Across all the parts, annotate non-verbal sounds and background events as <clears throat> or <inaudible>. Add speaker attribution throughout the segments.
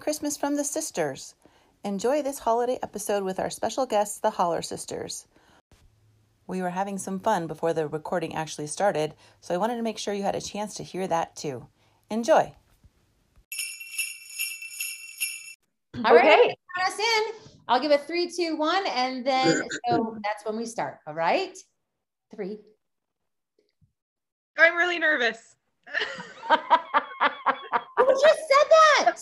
Speaker 1: Christmas from the Sisters. Enjoy this holiday episode with our special guests, the Holler Sisters. We were having some fun before the recording actually started, so I wanted to make sure you had a chance to hear that too. Enjoy.
Speaker 2: All right, count us in. I'll give a three, two, one, and then so that's when we start. All right, three.
Speaker 3: I'm really nervous.
Speaker 2: Who just said that?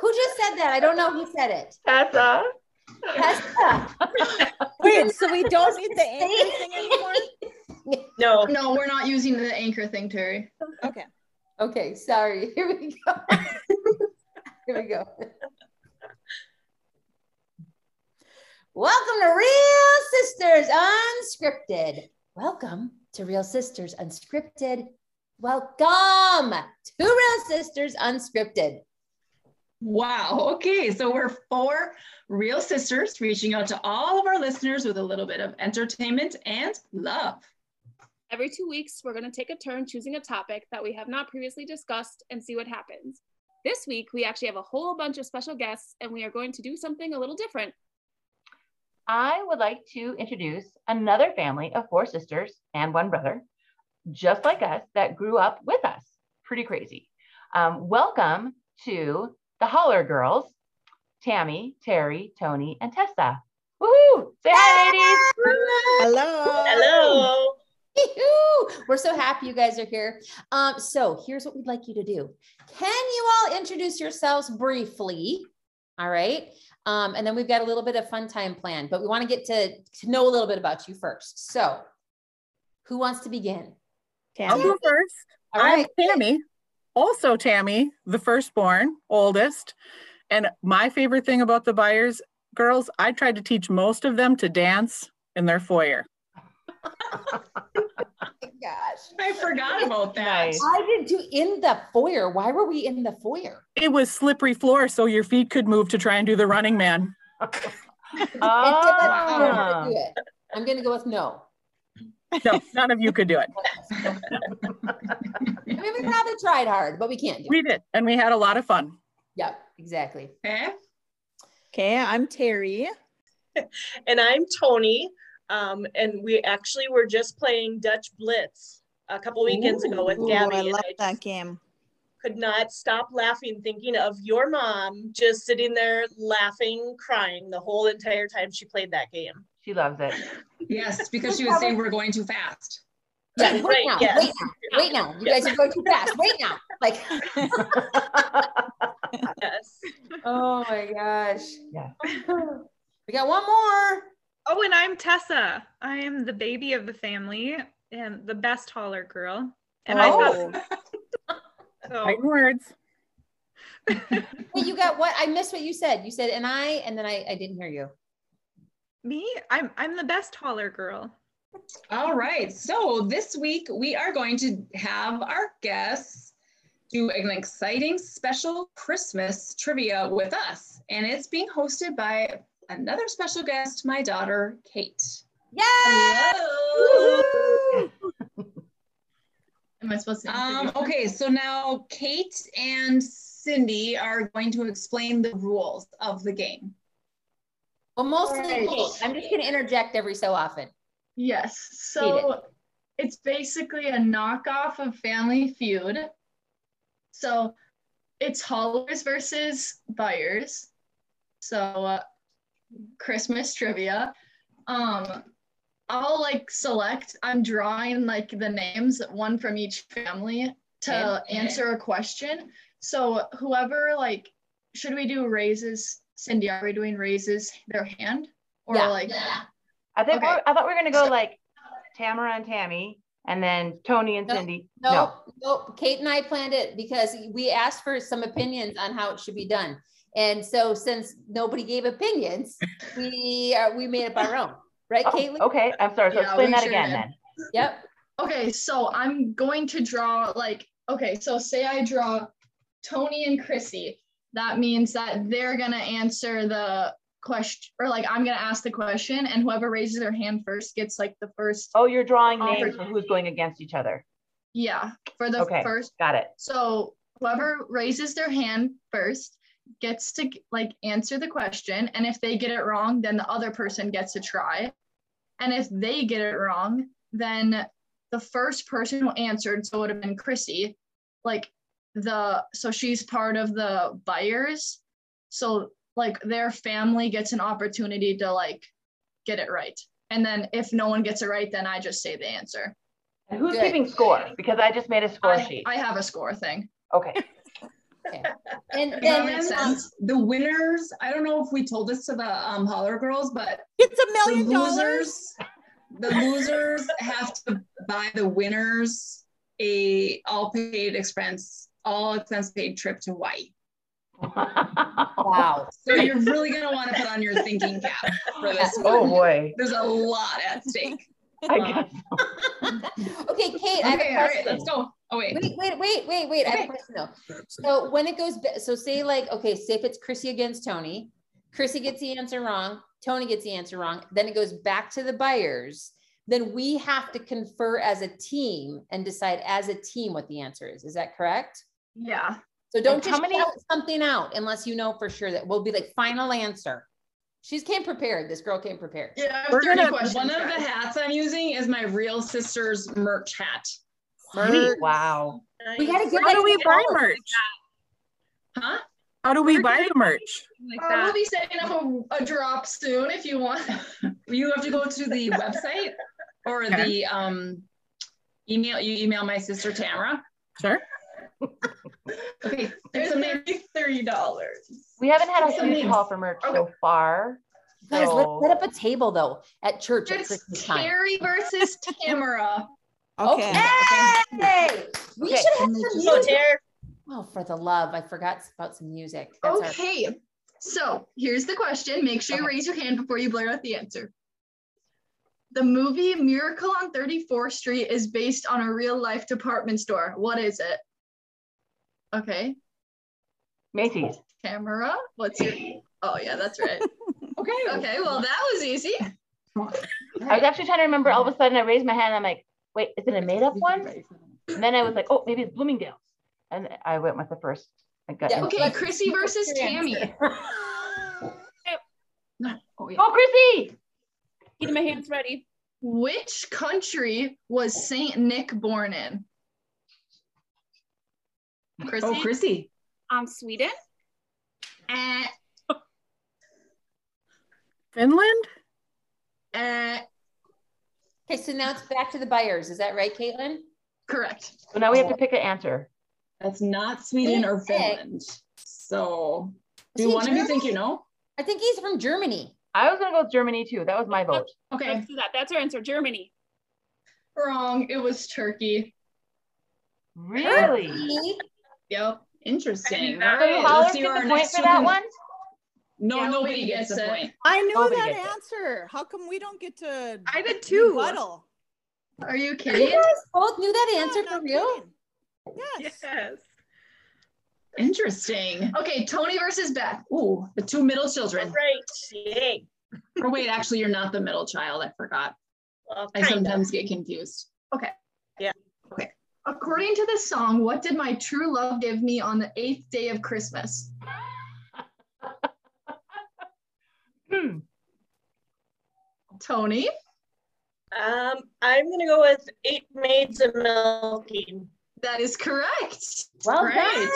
Speaker 2: Who just said that? I don't know who said it.
Speaker 3: Tessa.
Speaker 2: Tessa.
Speaker 4: Wait, so we don't need the
Speaker 2: Say
Speaker 4: anchor thing anymore?
Speaker 3: No.
Speaker 5: No, we're not using the anchor thing, Terry.
Speaker 4: Okay.
Speaker 2: Okay, sorry. <laughs> Here we go. Here we go. Welcome to Real Sisters Unscripted. Welcome to Real Sisters Unscripted. Welcome to Real Sisters Unscripted.
Speaker 5: Wow. Okay. So we're four real sisters reaching out to all of our listeners with a little bit of entertainment and love.
Speaker 6: Every two weeks, we're going to take a turn choosing a topic that we have not previously discussed and see what happens. This week, we actually have a whole bunch of special guests, and we are going to do something a little different.
Speaker 7: I would like to introduce another family of four sisters and one brother, just like us, that grew up with us. Pretty crazy. Um, welcome to the Holler Girls, Tammy, Terry, Tony, and Tessa. Woohoo! Say hi, ladies!
Speaker 1: Hello.
Speaker 3: Hello.
Speaker 2: Yee-hoo! We're so happy you guys are here. Um, so here's what we'd like you to do. Can you all introduce yourselves briefly? All right. Um, and then we've got a little bit of fun time planned, but we want to get to, to know a little bit about you first. So who wants to begin?
Speaker 4: Tammy.
Speaker 8: I'll go first.
Speaker 2: All
Speaker 8: I'm
Speaker 2: right.
Speaker 8: Tammy, also Tammy, the firstborn, oldest. And my favorite thing about the Byers girls, I tried to teach most of them to dance in their foyer.
Speaker 2: Gosh.
Speaker 5: I forgot about that.
Speaker 7: Nice.
Speaker 2: I did do in the foyer. Why were we in the foyer?
Speaker 8: It was slippery floor, so your feet could move to try and do the running man.
Speaker 2: I did that. I don't know how
Speaker 7: Ah.
Speaker 2: to do it. I'm going to go with no.
Speaker 8: <laughs> No, none of you could do it.
Speaker 2: I mean, we probably tried hard, but we can't do it.
Speaker 8: We did, and we had a lot of fun.
Speaker 2: Yep, exactly.
Speaker 5: Okay.
Speaker 4: Okay, I'm Terry.
Speaker 3: And I'm Tony. Um, and we actually were just playing Dutch Blitz a couple weekends ago with
Speaker 4: Ooh,
Speaker 3: Gabby.
Speaker 4: I
Speaker 3: and
Speaker 4: love
Speaker 3: I
Speaker 4: that
Speaker 3: just
Speaker 4: game.
Speaker 3: could not stop laughing, thinking of your mom just sitting there laughing, crying the whole entire time she played that game.
Speaker 7: She loves it.
Speaker 5: Yes, because she would say we're going too fast.
Speaker 2: Yeah, wait
Speaker 3: Right,
Speaker 2: now,
Speaker 3: yes.
Speaker 2: wait now, wait now. You guys are going too fast. Wait now. Like,
Speaker 3: Yes.
Speaker 2: <laughs> oh my gosh.
Speaker 7: Yeah.
Speaker 2: We got one more.
Speaker 9: Oh, and I'm Tessa. I am the baby of the family and the best holler girl. And
Speaker 4: Oh,
Speaker 9: I thought
Speaker 8: Fighting words.
Speaker 2: Wait, you got what? I missed what you said. You said, and I, and then I, I didn't hear you.
Speaker 9: me, I'm I'm the best holler girl.
Speaker 5: All right. So this week we are going to have our guests do an exciting special Christmas trivia with us. And it's being hosted by another special guest, my daughter, Kate.
Speaker 2: Yeah.
Speaker 5: Hello. Am I supposed
Speaker 8: to
Speaker 5: Um, okay, so now Kate and Cindy are going to explain the rules of the game.
Speaker 2: Well, mostly
Speaker 10: Right.
Speaker 2: Kate. I'm just going to interject every so often.
Speaker 10: Yes. So it's basically a knockoff of Family Feud. So it's Hollers versus Buyers. So uh, Christmas trivia. Um, I'll like select. I'm drawing like the names, one from each family, to answer a question. So whoever like, should we do raises? Cindy, are we doing raises their hand or
Speaker 2: Yeah.
Speaker 10: like?
Speaker 7: I think
Speaker 10: Okay.
Speaker 7: we're- I thought we were gonna go like Tamara and Tammy, and then Tony and
Speaker 2: No,
Speaker 7: Cindy.
Speaker 2: No, nope. Kate and I planned it because we asked for some opinions on how it should be done. And so since nobody gave opinions, we are, we made up our own, right,
Speaker 7: Oh,
Speaker 2: Caitlin?
Speaker 7: okay, I'm sorry. So
Speaker 10: Yeah,
Speaker 7: explain
Speaker 10: we
Speaker 7: that
Speaker 10: sure
Speaker 7: again
Speaker 10: did.
Speaker 7: then.
Speaker 2: Yep.
Speaker 10: Okay, so I'm going to draw like okay, so say I draw Tony and Chrissy. That means that they're gonna answer the question, or like I'm gonna ask the question, and whoever raises their hand first gets like the first.
Speaker 7: Oh, you're drawing
Speaker 10: Oh,
Speaker 7: names
Speaker 10: for-
Speaker 7: of who's going against each other.
Speaker 10: Yeah, for the
Speaker 7: Okay.
Speaker 10: first.
Speaker 7: Got it.
Speaker 10: So whoever raises their hand first
Speaker 5: gets to like answer the question and if they get it wrong then the other person gets to try and if they get it wrong then the first person who answered so it would have been chrissy like the so she's part of the buyers so like their family gets an opportunity to like get it right and then if no one gets it right then i just say the answer
Speaker 7: And who's keeping score? Because I just made a score sheet.
Speaker 5: i have a score thing <laughs>
Speaker 7: Okay. <laughs>
Speaker 2: And
Speaker 11: If that
Speaker 2: then
Speaker 11: makes sense. The winners, I don't know if we told this to the um, Holler Girls, but
Speaker 4: it's a
Speaker 11: million dollars. The losers <laughs> have to buy the winners a all paid expense, all expense paid trip to Hawaii.
Speaker 2: um,
Speaker 7: Wow.
Speaker 11: So you're really gonna want to put on your thinking cap for this one.
Speaker 7: Oh boy.
Speaker 11: There's a lot at stake.
Speaker 7: I guess.
Speaker 2: <laughs> Okay, Kate, I have
Speaker 11: Okay,
Speaker 2: a
Speaker 11: all right,
Speaker 2: question.
Speaker 11: let's go. Oh wait.
Speaker 2: Wait, wait, wait, wait, wait. I have a
Speaker 11: Okay.
Speaker 2: question though. So when it goes, ba- so say like, okay, say if it's Chrissy against Tony, Chrissy gets the answer wrong, Tony gets the answer wrong, then it goes back to the buyers. Then we have to confer as a team and decide as a team what the answer is. Is that correct?
Speaker 5: yeah
Speaker 2: So don't
Speaker 7: And how
Speaker 2: just
Speaker 7: many-
Speaker 2: shout something out unless you know for sure that will be like final answer. She's came prepared. This girl came prepared.
Speaker 5: yeah
Speaker 8: We're
Speaker 5: 30
Speaker 8: gonna-
Speaker 5: questions,
Speaker 11: One of the
Speaker 5: guys.
Speaker 11: hats I'm using is my real sister's merch hat.
Speaker 7: Sweet. Wow.
Speaker 2: We
Speaker 3: Nice.
Speaker 2: gotta get
Speaker 8: How
Speaker 2: that
Speaker 8: do we
Speaker 2: in the
Speaker 8: buy
Speaker 2: house.
Speaker 8: merch?
Speaker 11: Huh?
Speaker 8: How do we buy the merch?
Speaker 9: Like
Speaker 5: Uh, we'll
Speaker 9: that.
Speaker 5: be setting up a, a drop soon if you want
Speaker 11: <laughs> You have to go to the website or
Speaker 8: Okay.
Speaker 11: the um, email. You email my sister Tamara.
Speaker 8: Sure.
Speaker 11: Okay, there's
Speaker 5: there's
Speaker 11: a man.
Speaker 5: maybe $30
Speaker 7: We haven't had a
Speaker 11: Some
Speaker 7: huge
Speaker 11: names.
Speaker 7: call for merch so far.
Speaker 2: Guys, let,
Speaker 7: So-
Speaker 2: set up a table though at church at
Speaker 5: it's
Speaker 2: Christmas time.
Speaker 5: terry versus tamara
Speaker 1: Okay.
Speaker 2: Okay. We
Speaker 7: Okay.
Speaker 2: should have some
Speaker 3: So,
Speaker 2: music.
Speaker 3: Derek,
Speaker 2: Oh, for the love. I forgot about some music. That's our-
Speaker 5: okay so here's the question make sure you
Speaker 2: Okay.
Speaker 5: raise your hand before you blurt out the answer the movie miracle on 34th street is based on a real life department store what is it okay
Speaker 7: Macy's.
Speaker 5: tamara what's your oh yeah that's right okay okay well that was easy
Speaker 7: I was actually trying to remember. All of a sudden, I raised my hand. I'm like, wait, is it a made up one? And then I was like, oh, maybe it's Bloomingdale's. And I went with the first. I got
Speaker 2: Yeah,
Speaker 5: okay
Speaker 2: Let's-
Speaker 5: chrissy versus tammy no oh yeah
Speaker 7: Oh, Chrissy.
Speaker 10: Get my hands ready.
Speaker 5: Which country was Saint Nick born in? Chrissy?
Speaker 11: Oh, Chrissy.
Speaker 10: Um, Sweden.
Speaker 5: Eh,
Speaker 8: Finland?
Speaker 5: eh,
Speaker 2: Okay, so now it's back to the buyers. Is that right, Caitlin?
Speaker 5: correct.
Speaker 7: So now we have to pick an answer.
Speaker 11: That's not Sweden or
Speaker 2: Okay.
Speaker 11: Finland. So,
Speaker 2: Is
Speaker 11: do
Speaker 2: he
Speaker 11: one of you think
Speaker 2: German?
Speaker 11: you know?
Speaker 2: I think he's from Germany.
Speaker 7: I was going to go with Germany too. That was my vote.
Speaker 5: Okay,
Speaker 10: Let's do that. That's our answer. Germany.
Speaker 5: wrong. It was Turkey.
Speaker 7: Really?
Speaker 2: He-
Speaker 5: Yep.
Speaker 11: Interesting. All
Speaker 9: that.
Speaker 7: So
Speaker 11: right,
Speaker 7: Holler
Speaker 11: let's
Speaker 7: gets
Speaker 11: see where
Speaker 7: a
Speaker 11: our
Speaker 7: point
Speaker 11: next
Speaker 7: for
Speaker 11: two
Speaker 7: that
Speaker 11: can-
Speaker 7: one?
Speaker 11: No,
Speaker 5: Yeah,
Speaker 11: nobody, gets, a point.
Speaker 4: I knew
Speaker 7: Nobody
Speaker 4: that
Speaker 7: gets it.
Speaker 4: answer. How come we don't get to
Speaker 9: I did too.
Speaker 4: rebuttal?
Speaker 5: Are you
Speaker 2: You guys
Speaker 5: kidding?
Speaker 2: both knew that
Speaker 4: No,
Speaker 2: answer
Speaker 4: I'm
Speaker 2: for
Speaker 4: not
Speaker 2: real?
Speaker 4: kidding. Yes.
Speaker 9: Yes.
Speaker 11: Interesting.
Speaker 5: Okay, Tony versus Beth.
Speaker 11: Ooh, the two middle
Speaker 3: all
Speaker 11: children.
Speaker 3: right. Yay.
Speaker 11: or wait, actually, you're not the middle child. I forgot.
Speaker 3: Well,
Speaker 11: I
Speaker 3: kinda.
Speaker 11: sometimes get confused.
Speaker 5: According to the song, what did my true love give me on the eighth day of Christmas?
Speaker 7: <laughs> Hmm.
Speaker 5: Tony?
Speaker 3: Um, I'm gonna go with eight maids of milking.
Speaker 5: That is correct.
Speaker 2: Well
Speaker 11: Right.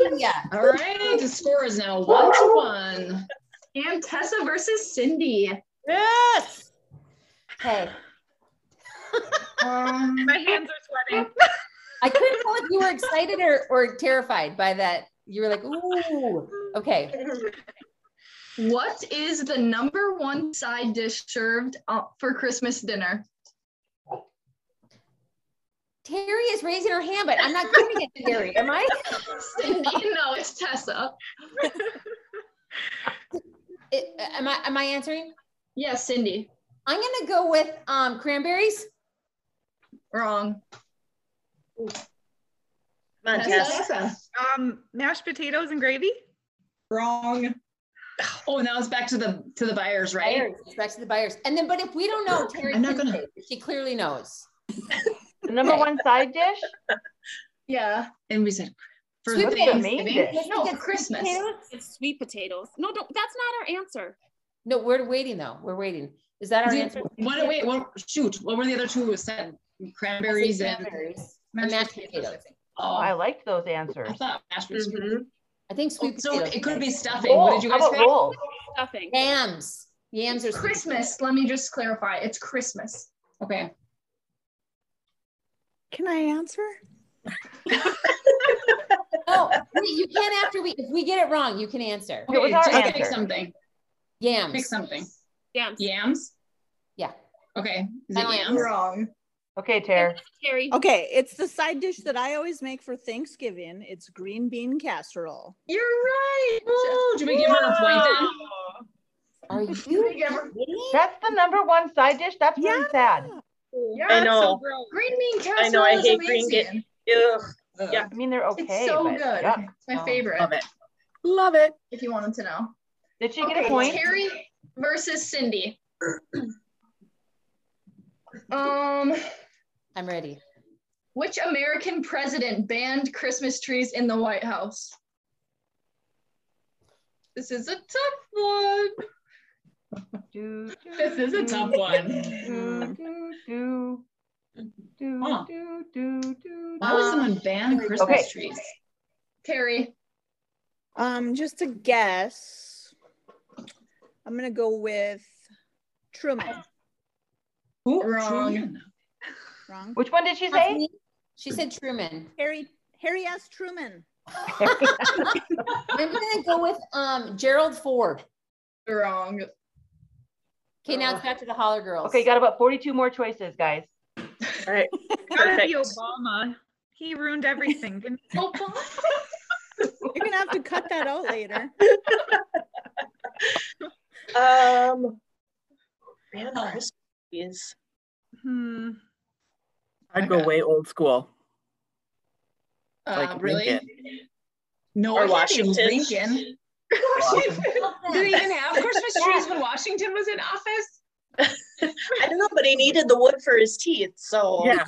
Speaker 2: done. Yeah.
Speaker 11: All right, the score is now one to one.
Speaker 5: And Tessa versus Cindy.
Speaker 2: Yes. Okay.
Speaker 5: Um,
Speaker 9: My hands are sweating.
Speaker 2: I couldn't tell if you were excited or, or terrified by that. You were like, ooh. Okay.
Speaker 5: What is the number one side dish served uh, for Christmas dinner?
Speaker 2: Terry is raising her hand, but I'm not giving it to Terry, am I?
Speaker 11: <laughs>
Speaker 5: Cindy, no, it's Tessa.
Speaker 2: It- uh, am I am I answering?
Speaker 5: Yes, Cindy.
Speaker 2: I'm gonna go with um cranberries.
Speaker 5: Wrong.
Speaker 3: Come on, Tess.
Speaker 11: Tessa.
Speaker 9: Um, mashed potatoes and gravy.
Speaker 11: Wrong. Oh, now it's back to the to the buyers, right?
Speaker 2: Buyers. It's back to the buyers. And then but if we don't know, Terry
Speaker 11: I'm not
Speaker 2: can
Speaker 11: gonna-
Speaker 2: say. she clearly knows.
Speaker 7: The number one side dish?
Speaker 5: Yeah.
Speaker 11: And we said
Speaker 5: For
Speaker 7: Sweet potato
Speaker 5: Thanksgiving?
Speaker 7: main dish.
Speaker 5: No,
Speaker 11: Oh,
Speaker 5: for Christmas.
Speaker 10: It's sweet potatoes. No, don't, that's not our answer.
Speaker 2: No, we're waiting though. We're waiting. Is that our
Speaker 11: Did-
Speaker 2: answer?
Speaker 11: What, wait, what, shoot, what were the other two we said? Cranberries and.
Speaker 2: Cranberries. And mashed potatoes.
Speaker 11: I think.
Speaker 7: Oh, I Mm-hmm.
Speaker 11: Oh,
Speaker 7: liked those answers.
Speaker 11: I thought mashed potatoes.
Speaker 2: I think sweet
Speaker 11: So
Speaker 2: potatoes.
Speaker 11: it could be stuffing.
Speaker 7: Roll.
Speaker 11: What did you
Speaker 7: How
Speaker 5: Oh,
Speaker 11: guys
Speaker 7: about
Speaker 11: pick?
Speaker 7: rolls?
Speaker 10: Stuffing.
Speaker 2: Yams. Yams are sweet.
Speaker 5: Christmas. Let me just clarify. It's Christmas.
Speaker 11: Okay.
Speaker 4: Can I answer?
Speaker 2: No, we- you can't after we, if we get it wrong, you can answer.
Speaker 7: It was our
Speaker 11: just Pick
Speaker 7: answer.
Speaker 11: something. Pick
Speaker 2: Yams.
Speaker 11: something.
Speaker 10: Yeah.
Speaker 11: Yams?
Speaker 2: Yeah.
Speaker 11: Okay. Is it
Speaker 2: Emily,
Speaker 11: yams?
Speaker 5: Wrong.
Speaker 7: Okay, Tara.
Speaker 10: Terry.
Speaker 4: Okay, it's the side dish that I always make for Thanksgiving. It's green bean casserole.
Speaker 11: You're right. Woo, do we give her a point then?
Speaker 2: Are
Speaker 5: Did
Speaker 2: you
Speaker 5: we give her-
Speaker 7: That's the number one side dish. That's really sad.
Speaker 5: Yeah,
Speaker 3: I know.
Speaker 5: so gross. green bean casserole
Speaker 3: I know, I
Speaker 5: is
Speaker 3: hate green
Speaker 5: amazing.
Speaker 3: Ugh.
Speaker 11: Ugh.
Speaker 3: Yeah.
Speaker 7: I mean, they're okay.
Speaker 5: it's so
Speaker 7: but
Speaker 5: good.
Speaker 7: yuck.
Speaker 5: It's my
Speaker 2: Oh,
Speaker 5: favorite.
Speaker 8: Love it. Love it.
Speaker 5: If you wanted to know.
Speaker 7: Did she get
Speaker 5: Okay,
Speaker 7: a point?
Speaker 5: Terry versus
Speaker 7: <clears throat>
Speaker 5: Cindy. um,
Speaker 2: I'm ready.
Speaker 5: which American president banned Christmas trees in the White House? This is a tough one.
Speaker 7: Do,
Speaker 11: This is a
Speaker 5: <laughs>
Speaker 11: tough one.
Speaker 9: Mm-hmm.
Speaker 7: do, do, do, do,
Speaker 11: Huh.
Speaker 7: do, do, do.
Speaker 11: Why would someone ban Christmas
Speaker 7: Okay.
Speaker 11: trees?
Speaker 5: Terry,
Speaker 4: Um, just a guess. I'm gonna go with Truman.
Speaker 11: Who?
Speaker 5: Wrong.
Speaker 11: Truman.
Speaker 4: Wrong.
Speaker 7: Which one did she say?
Speaker 2: She said Truman.
Speaker 4: Harry Harry S. Truman.
Speaker 2: I'm gonna go with um Gerald Ford.
Speaker 5: wrong.
Speaker 2: Okay, now it's back to the Holler Girls.
Speaker 7: okay, got about 42 more choices, guys.
Speaker 9: Gotta be
Speaker 3: Perfect.
Speaker 9: Obama. He ruined everything. didn't he?
Speaker 5: Obama.
Speaker 4: You're gonna have to cut that out later.
Speaker 3: Um, man, Christmas is
Speaker 9: Hmm.
Speaker 8: I'd go way old school.
Speaker 11: Uh,
Speaker 8: Like
Speaker 11: really?
Speaker 8: Lincoln.
Speaker 11: No,
Speaker 3: Or
Speaker 11: it can't be
Speaker 3: Washington.
Speaker 11: Lincoln. Washington. Did he even have Christmas trees when Washington was in office?
Speaker 3: I don't know, but he needed the wood for his teeth, so
Speaker 8: Yeah.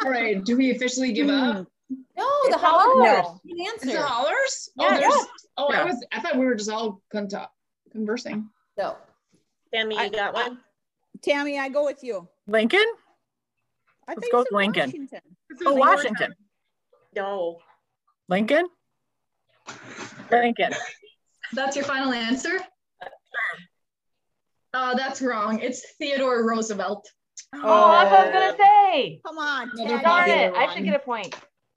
Speaker 11: All right. Do we officially give up?
Speaker 2: No, the
Speaker 7: It's the
Speaker 2: Holler
Speaker 7: Holler.
Speaker 2: Girls. You can
Speaker 11: It's the
Speaker 2: answer.
Speaker 11: hollers? Oh,
Speaker 7: Yeah.
Speaker 11: there's. Oh, I
Speaker 8: Yeah.
Speaker 11: was. I thought we were just all con- conversing.
Speaker 2: So
Speaker 3: Tammy,
Speaker 4: I-
Speaker 3: you got one?
Speaker 4: Tammy, I go with you.
Speaker 8: Lincoln?
Speaker 4: I
Speaker 8: Let's
Speaker 4: think
Speaker 8: go
Speaker 4: it's
Speaker 8: with
Speaker 4: in
Speaker 8: Lincoln.
Speaker 4: Washington.
Speaker 9: This is
Speaker 8: Oh,
Speaker 9: your
Speaker 8: Washington.
Speaker 3: No.
Speaker 8: Lincoln? Lincoln.
Speaker 5: That's your final answer? Uh, that's wrong. It's Theodore Roosevelt.
Speaker 7: Oh, that's what I was gonna say.
Speaker 4: Come on,
Speaker 11: No, they're
Speaker 4: Tammy.
Speaker 7: Darn
Speaker 11: Popular
Speaker 7: it! I should
Speaker 11: one.
Speaker 7: get a point.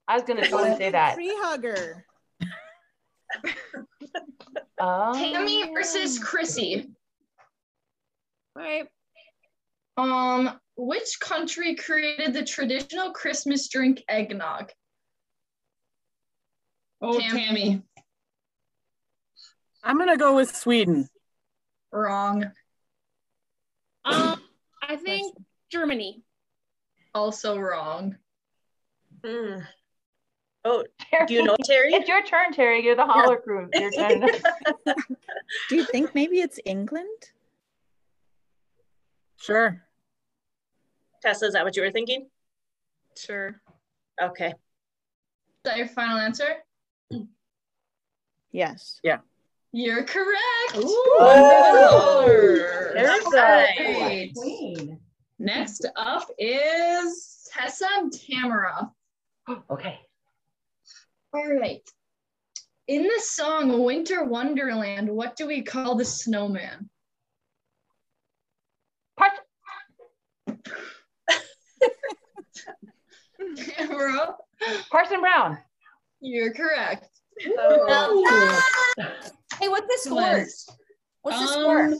Speaker 7: I was gonna totally say that.
Speaker 4: Tree hugger.
Speaker 7: Oh.
Speaker 5: Tammy versus Chrissy.
Speaker 10: All right.
Speaker 5: Um, which country created the traditional Christmas drink eggnog?
Speaker 11: Oh,
Speaker 5: Tammy.
Speaker 11: Tammy.
Speaker 8: I'm gonna go with Sweden.
Speaker 5: Wrong.
Speaker 10: Um, I think Germany.
Speaker 5: Also wrong.
Speaker 3: Hmm. Oh,
Speaker 7: Terry,
Speaker 3: Do you know Terry?
Speaker 7: It's your turn, Terry. You're the holler crew. Your turn. <gasps>
Speaker 4: Do you think maybe it's England?
Speaker 8: Sure.
Speaker 3: Tessa, is that what you were thinking?
Speaker 9: Sure.
Speaker 3: Okay.
Speaker 5: Is that your final answer?
Speaker 4: Yes.
Speaker 5: You're correct.
Speaker 3: Oh, Whoa.
Speaker 7: There's
Speaker 3: All
Speaker 7: the-
Speaker 3: right.
Speaker 5: Great.
Speaker 7: Queen.
Speaker 11: Next up is
Speaker 5: Tessa and Tamara.
Speaker 7: Okay.
Speaker 5: All right. In the song Winter Wonderland, what do we call the snowman?
Speaker 11: <laughs>
Speaker 7: Part-
Speaker 5: Tamara,
Speaker 7: Parson Brown.
Speaker 5: you're correct.
Speaker 2: hey, what's the score?
Speaker 11: Excellent.
Speaker 2: What's the
Speaker 11: Um,
Speaker 2: score?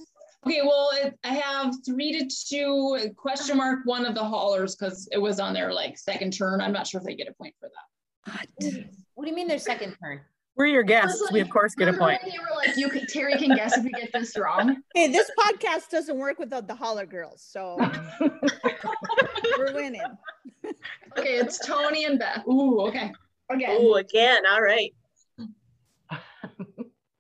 Speaker 11: Okay, well, it, I have three to two question mark one of the haulers because it was on their like second turn. I'm not sure if they get a point for that.
Speaker 2: What do you mean their second turn?
Speaker 8: We're your guests. We of course get a
Speaker 5: Remember
Speaker 8: point.
Speaker 5: when You were like, you can, Terry can guess if we get this wrong.
Speaker 4: Hey, this podcast doesn't work without the holler girls, so we're winning.
Speaker 5: Okay, it's Tony and Beth.
Speaker 11: Ooh, okay.
Speaker 5: Again.
Speaker 3: Ooh, again. All right.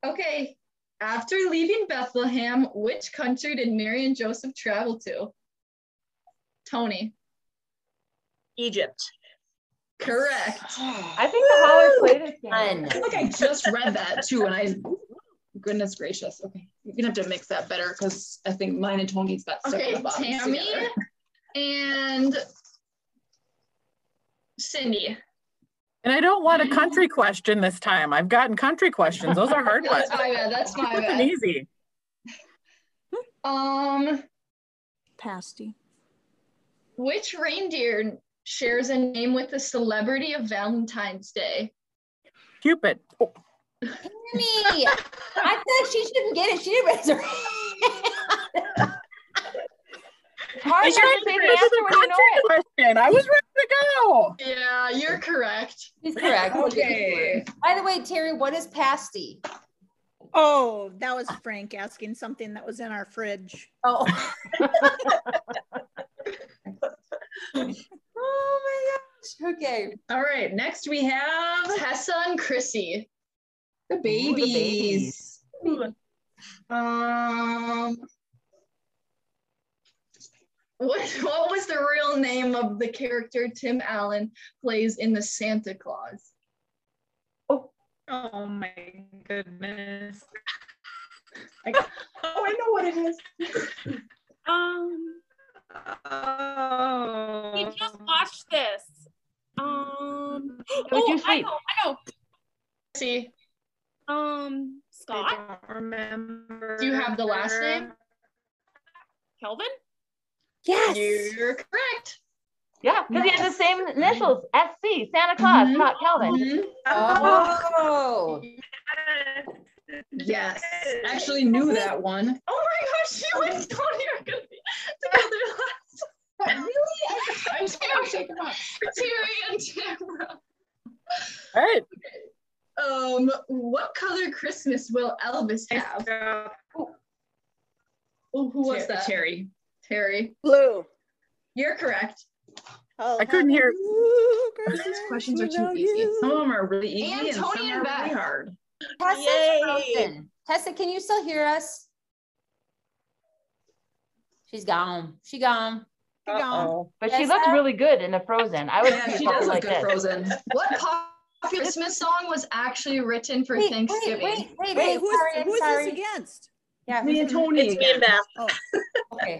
Speaker 5: Okay. After leaving Bethlehem, which country did Mary and Joseph travel to? Tony.
Speaker 3: Egypt.
Speaker 5: Correct.
Speaker 7: I think the holler played this
Speaker 2: <laughs>
Speaker 5: I feel like I just read that too, and I, goodness gracious. Okay, you're gonna have to mix that better because I think mine and Tony's got stuck in Okay, the box Tammy together. and Cindy.
Speaker 8: And I don't want a country question this time. I've gotten country questions. Those are hard ones.
Speaker 5: That's my bad. That's my
Speaker 8: That's an
Speaker 5: bad.
Speaker 8: easy.
Speaker 5: Um,
Speaker 12: Pasty.
Speaker 5: which reindeer shares a name with the celebrity of Valentine's Day?
Speaker 8: Cupid.
Speaker 2: Tammy, I feel like she shouldn't get it. She didn't raise her
Speaker 7: Hard
Speaker 8: It's your
Speaker 7: not to say the answer when you know it.
Speaker 8: question. I was ready to go.
Speaker 5: Yeah, you're correct.
Speaker 2: She's correct.
Speaker 5: Okay.
Speaker 2: By the way, Terry, what is pasty?
Speaker 4: Oh, that was Frank asking something that was in our fridge.
Speaker 2: Oh. oh my gosh. Okay.
Speaker 5: All right, next we have Tessa and Chrissy.
Speaker 11: The
Speaker 5: babies.
Speaker 11: babies.
Speaker 5: Um, what, what was the real name of the character Tim Allen plays in The Santa Claus?
Speaker 9: Oh my goodness.
Speaker 11: Oh, I know what it is.
Speaker 10: Um,
Speaker 9: Oh.
Speaker 10: we just watched this. Um,
Speaker 7: would
Speaker 10: oh,
Speaker 7: you
Speaker 10: I
Speaker 7: sleep?
Speaker 10: know, I know.
Speaker 5: See,
Speaker 10: Um, Scott,
Speaker 9: I don't remember.
Speaker 5: do you have the last name?
Speaker 10: Kelvin.
Speaker 5: You're correct.
Speaker 7: Yeah, because he has the same initials. SC, Santa Claus,
Speaker 5: Mhm.
Speaker 7: not Kelvin.
Speaker 5: Mhm.
Speaker 9: Oh.
Speaker 2: Oh.
Speaker 5: Yes, actually knew that one. Oh my gosh, you and Tony are gonna be together last. really? I was gonna take them out. Terry and Tamara.
Speaker 8: All right.
Speaker 5: Um, what color Christmas will Elvis have?
Speaker 9: Yeah.
Speaker 5: Oh, who was that?
Speaker 11: Terry.
Speaker 5: Terry.
Speaker 4: Blue.
Speaker 5: You're correct.
Speaker 4: Oh,
Speaker 8: I couldn't hear.
Speaker 5: These questions are too easy.
Speaker 11: Some of them are really easy
Speaker 5: And
Speaker 11: and,
Speaker 5: Tony
Speaker 11: some
Speaker 5: and
Speaker 11: are really
Speaker 5: Beth.
Speaker 11: hard.
Speaker 2: Tessa's
Speaker 3: Yay.
Speaker 2: frozen. Tessa, can you still hear us? She's gone. She gone.
Speaker 7: Uh-oh. But she
Speaker 2: Yes,
Speaker 7: looked
Speaker 2: I-
Speaker 7: really good in a Frozen. I would
Speaker 11: Yeah,
Speaker 7: say
Speaker 11: she
Speaker 5: she does
Speaker 7: something
Speaker 11: does
Speaker 7: like
Speaker 11: look
Speaker 7: this.
Speaker 11: good Frozen.
Speaker 5: What popular Christmas song was actually written for
Speaker 2: Wait, wait,
Speaker 5: Thanksgiving?
Speaker 2: wait, wait,
Speaker 4: Wait,
Speaker 2: wait.
Speaker 4: who's,
Speaker 2: Sorry, I'm
Speaker 4: who's this
Speaker 2: sorry.
Speaker 4: against?
Speaker 2: Yeah,
Speaker 11: Me
Speaker 2: who's-
Speaker 11: and Tony.
Speaker 3: It's me and Beth.
Speaker 4: Oh,
Speaker 2: okay.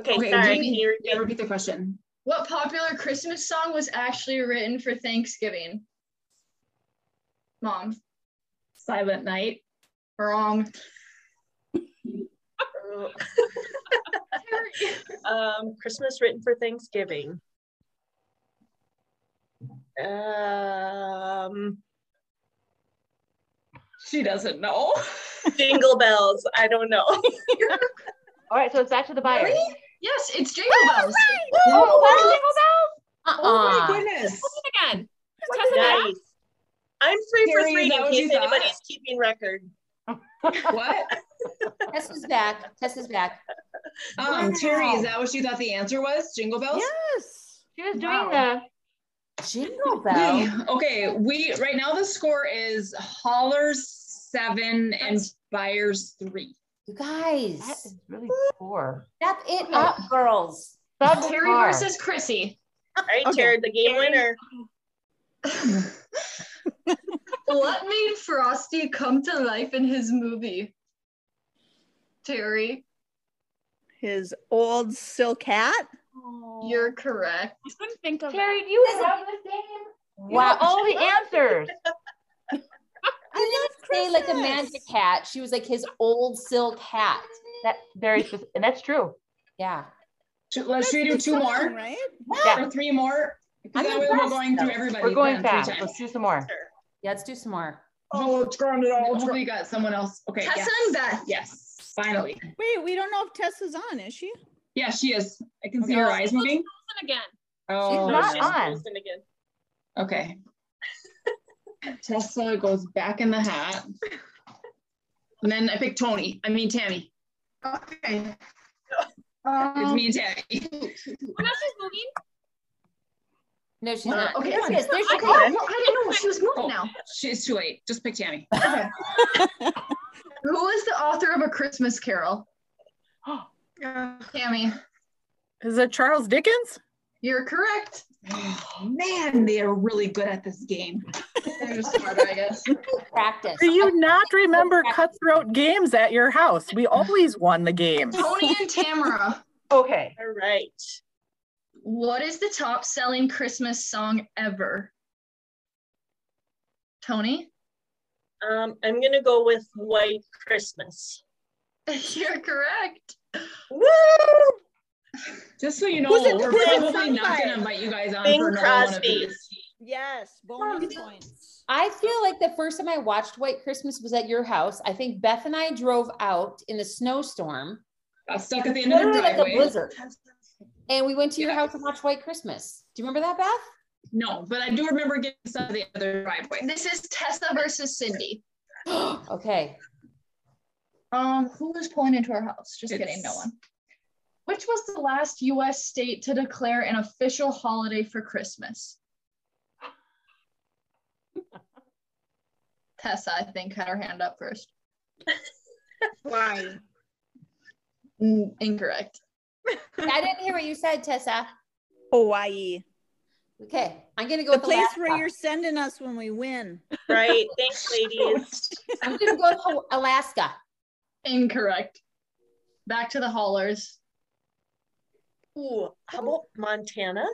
Speaker 3: Okay,
Speaker 11: Okay,
Speaker 3: sorry.
Speaker 11: give
Speaker 3: Can
Speaker 11: me-
Speaker 3: you
Speaker 11: Yeah,
Speaker 3: repeat?
Speaker 11: repeat the question.
Speaker 5: What popular Christmas song was actually written for Thanksgiving? Mom.
Speaker 11: Silent Night.
Speaker 5: Wrong.
Speaker 3: um, Christmas written for Thanksgiving. Um,
Speaker 11: She doesn't know.
Speaker 3: jingle bells. I don't know.
Speaker 7: All right, so it's back to the buyer.
Speaker 5: Really? Yes, it's Jingle Bells.
Speaker 7: Oh, that's Jingle Bells?
Speaker 2: Uh-uh.
Speaker 11: Oh my goodness.
Speaker 10: Kelvin Again.
Speaker 3: nice. I'm free for
Speaker 11: Carrie,
Speaker 3: three
Speaker 11: is
Speaker 3: in
Speaker 11: that what
Speaker 3: case
Speaker 11: you thought?
Speaker 3: anybody's keeping record.
Speaker 11: What?
Speaker 5: <laughs>
Speaker 2: Tessa's back. Tessa's back.
Speaker 11: Um, Terry, is that what you thought the answer was? Jingle bells?
Speaker 4: yes.
Speaker 7: She was doing
Speaker 11: Wow.
Speaker 7: the
Speaker 2: Jingle
Speaker 11: Okay,
Speaker 2: bell.
Speaker 11: okay, we right now the score is haulers seven and buyers three.
Speaker 2: You
Speaker 7: That is
Speaker 2: guys,
Speaker 7: really poor.
Speaker 2: step it up, girls.
Speaker 7: Subpar.
Speaker 5: Terry versus Chrissy.
Speaker 3: All right,
Speaker 4: Okay.
Speaker 3: Jared, the game winner.
Speaker 5: <laughs> what made Frosty come to life in his movie? Terry,
Speaker 4: His old silk hat.
Speaker 11: Oh.
Speaker 5: you're correct.
Speaker 10: I couldn't think of
Speaker 7: Terry, do you have this game? Wow, all the answers.
Speaker 2: She didn't say like a magic hat. She was like his old silk hat.
Speaker 7: That's very specific, and that's true.
Speaker 2: Yeah.
Speaker 11: Should, let's,
Speaker 4: That's
Speaker 11: should we do
Speaker 4: the
Speaker 11: two
Speaker 4: song,
Speaker 11: more?
Speaker 4: Right?
Speaker 7: Yeah.
Speaker 11: Or three more?
Speaker 2: I'm
Speaker 11: Because that way we're
Speaker 2: impressed,
Speaker 11: going through
Speaker 2: though.
Speaker 11: everybody.
Speaker 7: We're going
Speaker 11: then
Speaker 7: fast.
Speaker 11: three times.
Speaker 7: Let's do some more.
Speaker 2: Yeah, let's do some more.
Speaker 11: Oh, it's grounded all.
Speaker 5: It's
Speaker 11: Hopefully, you got someone else. Okay.
Speaker 5: Tessa
Speaker 11: yes.
Speaker 5: and Beth.
Speaker 11: Yes, finally.
Speaker 4: Wait, we don't know if Tessa's on, is she?
Speaker 11: Yeah, she is. I can see
Speaker 10: Okay.
Speaker 11: her eyes moving.
Speaker 10: Frozen again.
Speaker 11: Oh,
Speaker 7: not
Speaker 3: she's
Speaker 7: on.
Speaker 3: losing again.
Speaker 11: okay. <laughs> Tessa goes back in the hat. And then I pick Tony. I mean Tammy.
Speaker 5: Okay.
Speaker 4: <laughs>
Speaker 11: It's
Speaker 5: Um,
Speaker 11: me and Tammy. <laughs>
Speaker 10: Oh, now she's moving.
Speaker 2: No, she's
Speaker 5: Uh,
Speaker 2: not.
Speaker 5: okay.
Speaker 2: There she is. There she
Speaker 5: okay.
Speaker 2: is.
Speaker 5: Oh, I didn't know she was moving now.
Speaker 11: She's too late. Just pick
Speaker 5: <laughs>
Speaker 11: Tammy.
Speaker 5: Who is the author of A Christmas Carol? Tammy.
Speaker 8: Is it Charles Dickens?
Speaker 5: You're correct.
Speaker 11: Oh, Man, they are really good at this game.
Speaker 5: They're just smarter, I guess.
Speaker 2: Practice.
Speaker 8: Do you not remember cutthroat games at your house? We always won the games.
Speaker 5: Tony and Tamara,
Speaker 7: Okay.
Speaker 3: All right.
Speaker 5: what is the top selling Christmas song ever? Tony, <laughs>
Speaker 3: Um, I'm gonna go with White Christmas.
Speaker 5: you're correct.
Speaker 3: Woo!
Speaker 11: Just so you know,
Speaker 4: Who's it-
Speaker 11: we're
Speaker 4: who's it
Speaker 11: probably
Speaker 4: sung
Speaker 11: not
Speaker 4: by?
Speaker 11: going to invite you guys on
Speaker 3: Bing
Speaker 11: for another one of
Speaker 3: Crosby.
Speaker 11: these.
Speaker 4: Yes, bonus points.
Speaker 2: I feel like the first time I watched White Christmas was at your house. I think Beth and I drove out in a snowstorm,
Speaker 11: Got stuck at the end of the
Speaker 2: literally like a
Speaker 11: driveway.
Speaker 2: blizzard, and we went to your house and watched White Christmas. Do you remember that, Beth?
Speaker 11: No, but I do remember getting stuck at the other driveway.
Speaker 5: This is Tessa versus Cindy.
Speaker 2: <gasps> okay.
Speaker 5: Um, who was pulling into our house? Just kidding, no
Speaker 11: It's-
Speaker 5: one. Which was the last U.S. state to declare an official holiday
Speaker 11: <laughs>
Speaker 5: for Christmas? Tessa, I think, had her hand up first.
Speaker 4: Why?
Speaker 5: Mm, incorrect.
Speaker 2: I didn't hear what you said, Tessa.
Speaker 4: Hawaii.
Speaker 2: Okay, I'm gonna go
Speaker 4: The
Speaker 2: with
Speaker 4: place
Speaker 2: Alaska.
Speaker 4: where you're sending us when we win.
Speaker 3: Right. Thanks, ladies.
Speaker 2: I'm gonna go
Speaker 4: <laughs>
Speaker 2: to Alaska.
Speaker 5: Incorrect. Back to the haulers.
Speaker 3: Ooh, how about Montana?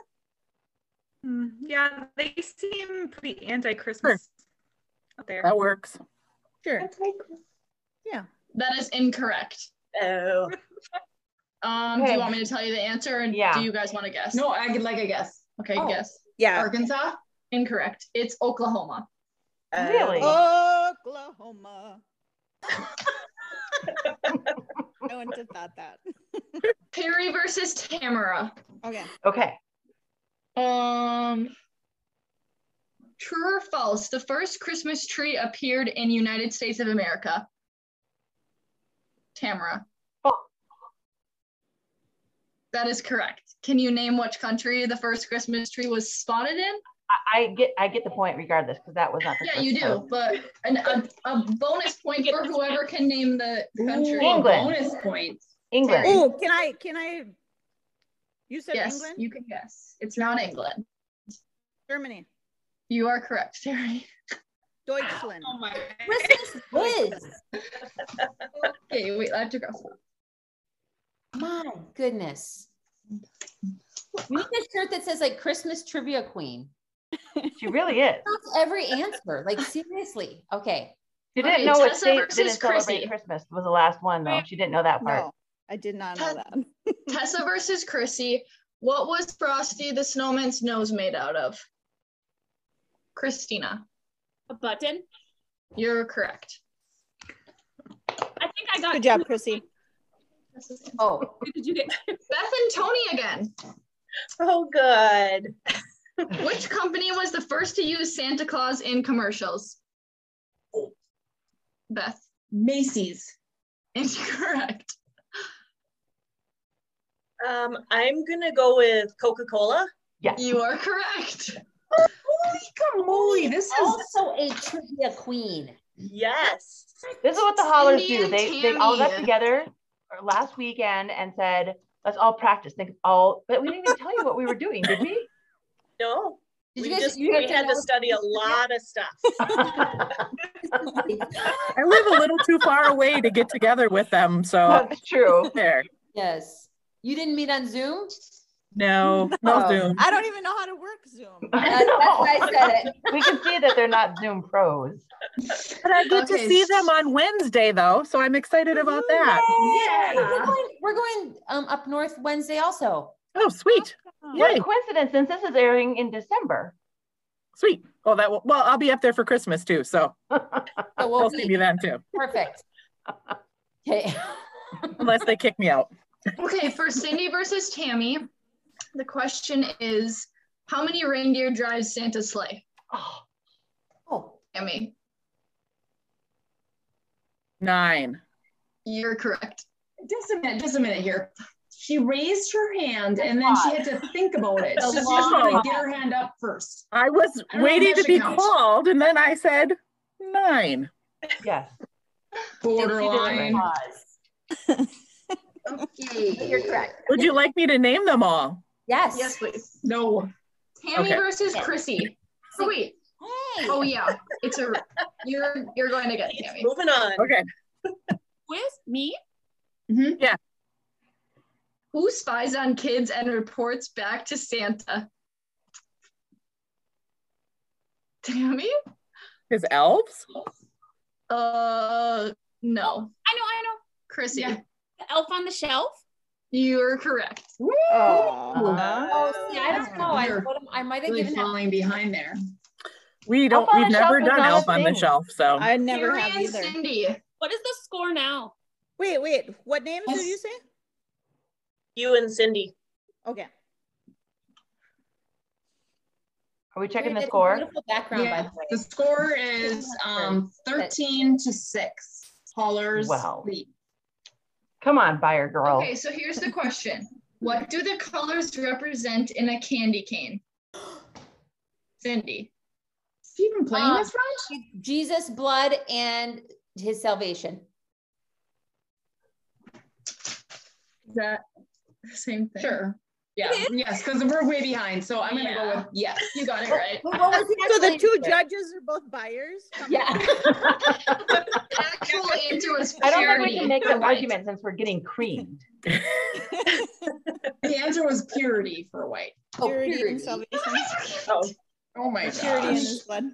Speaker 5: Hmm.
Speaker 9: Mm, Yeah, they seem pretty anti-Christmas out there.
Speaker 8: That works.
Speaker 4: Sure.
Speaker 5: That is incorrect.
Speaker 3: Oh,
Speaker 5: Um, Do
Speaker 7: Okay.
Speaker 5: you want me to tell you the answer, or
Speaker 7: Yeah.
Speaker 5: do you guys want to guess?
Speaker 11: No, I could like a guess.
Speaker 5: Okay,
Speaker 7: Oh.
Speaker 5: guess.
Speaker 4: Yeah.
Speaker 5: Arkansas? Incorrect. It's Oklahoma.
Speaker 7: Really?
Speaker 3: oh,
Speaker 5: <laughs>
Speaker 4: Oklahoma. I wouldn't have thought
Speaker 5: <laughs>
Speaker 4: that.
Speaker 5: Perry versus Tamara.
Speaker 4: Okay.
Speaker 7: Okay.
Speaker 5: Um, true or false? The first Christmas tree appeared in United States of America. Tamara.
Speaker 7: False.
Speaker 5: That is correct. Can you name which country the first Christmas tree was spotted in?
Speaker 7: I, I get I get the point regardless because that was not the
Speaker 5: Yeah,
Speaker 7: first
Speaker 5: you
Speaker 7: time.
Speaker 5: do. But an, a, a bonus point for whoever can name the country.
Speaker 7: Ooh. England.
Speaker 11: Bonus points.
Speaker 7: England.
Speaker 5: Ooh.
Speaker 4: Oh, can I? Can I? You said
Speaker 5: Yes,
Speaker 4: England,
Speaker 5: you can guess. It's not England.
Speaker 4: Germany,
Speaker 5: You are correct, Terry.
Speaker 4: Deutschland.
Speaker 9: Oh my.
Speaker 2: Christmas whiz.
Speaker 5: Okay, wait, I have to go.
Speaker 2: My goodness. We need a shirt that says like Christmas trivia queen.
Speaker 7: She really is.
Speaker 2: That's every answer. Like seriously. Okay.
Speaker 7: She didn't
Speaker 5: Okay,
Speaker 7: know what
Speaker 5: Tessa
Speaker 7: state
Speaker 5: versus
Speaker 7: didn't celebrate
Speaker 5: Chrissy.
Speaker 7: Christmas was the last one though. She didn't know that part.
Speaker 4: No, I did not know that.
Speaker 5: Tessa versus Chrissy. What was Frosty the Snowman's nose made out of? Christina,
Speaker 10: A button.
Speaker 5: you're correct.
Speaker 10: I think I got
Speaker 4: Good job, Chrissy.
Speaker 5: Beth
Speaker 2: Oh,
Speaker 10: two. Did you get
Speaker 5: and Tony again.
Speaker 3: so good.
Speaker 5: Which company was the first to use Santa Claus in commercials? Beth,
Speaker 11: Macy's.
Speaker 5: incorrect.
Speaker 3: Um, I'm gonna go with Coca-Cola.
Speaker 5: You are correct.
Speaker 11: Holy guacamole. This is
Speaker 2: also a trivia queen.
Speaker 3: Yes.
Speaker 7: This is what the hollers
Speaker 5: Cindy
Speaker 7: do.
Speaker 5: and
Speaker 7: They they all got
Speaker 5: Tammy.
Speaker 7: together last weekend and said, "Let's all practice." Think all, but we didn't even tell you what we were doing, did we?
Speaker 3: No.
Speaker 2: Did
Speaker 3: we
Speaker 2: you guys?
Speaker 3: just
Speaker 2: you
Speaker 3: we
Speaker 2: guys
Speaker 3: had
Speaker 2: know
Speaker 3: to study a lot of stuff.
Speaker 4: <laughs>
Speaker 8: I live a little too far away to get together with them. So
Speaker 7: <laughs> That's <laughs> true.
Speaker 8: there.
Speaker 2: Yes. You didn't meet on Zoom.
Speaker 8: No, no
Speaker 2: No.
Speaker 8: Zoom.
Speaker 4: I don't even know how to work Zoom.
Speaker 2: Uh, That's, that's why I said it.
Speaker 7: we can see that they're not Zoom pros.
Speaker 8: But I get
Speaker 5: Okay,
Speaker 8: to see them on Wednesday though, so I'm excited about that.
Speaker 2: We're
Speaker 11: yeah.
Speaker 2: going, we're going um, up north Wednesday also.
Speaker 8: Oh, sweet,
Speaker 7: What
Speaker 8: Yay.
Speaker 7: a coincidence! Since this is airing in December,
Speaker 8: sweet. Oh, that will, well, I'll be up there for Christmas too, so
Speaker 2: So
Speaker 8: they'll
Speaker 2: we'll
Speaker 8: see me
Speaker 2: be
Speaker 8: then too,
Speaker 2: perfect. Okay. <laughs>
Speaker 8: unless they kick me out.
Speaker 5: Okay, for Cindy versus Tammy, the question is how many reindeer drives Santa's sleigh?
Speaker 7: oh,
Speaker 2: Oh,
Speaker 5: Tammy,
Speaker 8: Nine.
Speaker 5: you're correct.
Speaker 11: Just a minute, just a minute here. She raised her hand and then she had to think about it.
Speaker 5: A
Speaker 11: She just
Speaker 5: lot.
Speaker 11: wanted to get her hand up first.
Speaker 8: I was
Speaker 11: I don't know
Speaker 8: waiting
Speaker 11: if
Speaker 8: to
Speaker 11: that
Speaker 8: be
Speaker 11: counts.
Speaker 8: called, and then I said nine.
Speaker 7: yes.
Speaker 11: Borderline.
Speaker 2: pause.
Speaker 5: Okay.
Speaker 2: You're correct.
Speaker 8: Would you like me to name them all?
Speaker 2: Yes.
Speaker 5: Yes, please.
Speaker 11: No.
Speaker 5: Tammy
Speaker 11: Okay.
Speaker 5: versus
Speaker 11: Okay.
Speaker 5: Chrissy. Oh, wait. Oh yeah. It's a you're you're going to get Tammy.
Speaker 3: Moving on.
Speaker 8: Okay.
Speaker 5: With me?
Speaker 8: Yeah.
Speaker 5: Who spies on kids and reports back to Santa? Tammy?
Speaker 8: His elves?
Speaker 5: Uh no.
Speaker 10: I know, I know.
Speaker 5: Chrissy.
Speaker 10: The elf on the shelf.
Speaker 5: You're correct.
Speaker 2: Oh, see, I don't know. I, what am- I might have
Speaker 11: Really
Speaker 2: given that.
Speaker 11: falling behind there.
Speaker 8: We don't.
Speaker 2: on
Speaker 8: We've
Speaker 2: the
Speaker 8: never
Speaker 2: shelf is
Speaker 8: done
Speaker 2: not a
Speaker 8: elf on the
Speaker 2: thing.
Speaker 8: shelf, so
Speaker 4: I never
Speaker 5: Carrie
Speaker 4: have
Speaker 5: and
Speaker 4: either.
Speaker 5: Cindy.
Speaker 10: What is the score now?
Speaker 4: Wait, wait. What names did you say?
Speaker 3: You and Cindy.
Speaker 4: Okay.
Speaker 7: Are we checking the
Speaker 2: There's a
Speaker 7: score?
Speaker 2: Beautiful background, by
Speaker 11: Yeah,
Speaker 2: the way.
Speaker 11: the score is um, 13 to 6. Hollers.
Speaker 7: Wow.
Speaker 11: lead.
Speaker 7: Come on, buyer girl.
Speaker 5: Okay, so here's the question. What do the colors represent in a candy
Speaker 11: <gasps>
Speaker 5: cane? Cindy.
Speaker 11: Is he even playing
Speaker 7: Uh,
Speaker 2: Um,
Speaker 11: this round?
Speaker 2: Jesus' blood and his salvation.
Speaker 11: Is that the same thing? Sure. Yeah.
Speaker 2: It
Speaker 11: Yes, because we're way behind. So I'm going to go with yes.
Speaker 5: You <laughs> got it right.
Speaker 2: What
Speaker 7: <laughs>
Speaker 2: was the
Speaker 4: So the
Speaker 2: actual
Speaker 4: two
Speaker 2: answer?
Speaker 4: judges are both buyers. Come on.
Speaker 2: Yeah.
Speaker 5: Actual answer was
Speaker 7: I don't think we
Speaker 5: charity.
Speaker 7: can make an
Speaker 5: Right.
Speaker 7: argument since we're getting creamed.
Speaker 11: The answer was purity for white.
Speaker 2: Oh,
Speaker 4: Purity and
Speaker 2: purity. <laughs>
Speaker 4: salvation.
Speaker 11: Oh, oh my
Speaker 4: Purity in
Speaker 11: gosh.
Speaker 4: his blood.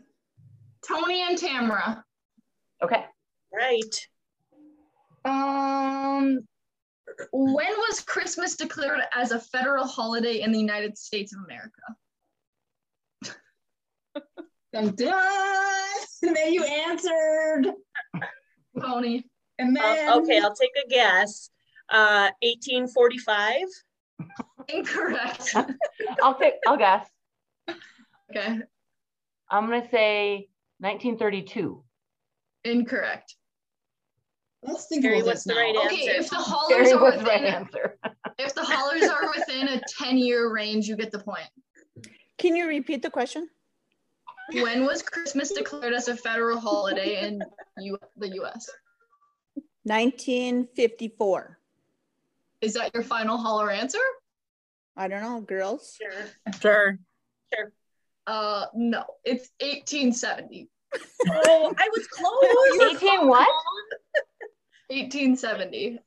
Speaker 5: Tony and Tamara.
Speaker 7: Okay.
Speaker 3: Right.
Speaker 5: Um when was Christmas declared as a federal holiday in the United States of America?
Speaker 11: <laughs> Dun, dun. And then you answered.
Speaker 5: Tony.
Speaker 11: And
Speaker 3: Uh,
Speaker 11: then.
Speaker 3: okay, I'll take a guess. Uh, 1845. <laughs>
Speaker 5: Incorrect.
Speaker 7: I'll take I'll guess.
Speaker 5: Okay.
Speaker 7: I'm gonna say 1932.
Speaker 5: Incorrect.
Speaker 11: Let's think
Speaker 3: Carrie,
Speaker 11: about
Speaker 3: what's
Speaker 11: this
Speaker 3: the
Speaker 11: now.
Speaker 3: right
Speaker 5: Okay,
Speaker 3: answer?
Speaker 5: if the hollers
Speaker 7: Very
Speaker 5: are
Speaker 7: was the right
Speaker 5: within
Speaker 7: answer.
Speaker 5: If the hollers are within a 10 year range, you get the point.
Speaker 4: Can you repeat the question?
Speaker 5: When was Christmas declared as a federal holiday in U- the US?
Speaker 4: 1954.
Speaker 5: Is that your final holler answer?
Speaker 4: I don't know, girls.
Speaker 3: Sure.
Speaker 8: sure.
Speaker 5: Uh, no, it's 1870.
Speaker 3: Oh, I was close.
Speaker 7: 18 what?
Speaker 5: 1870.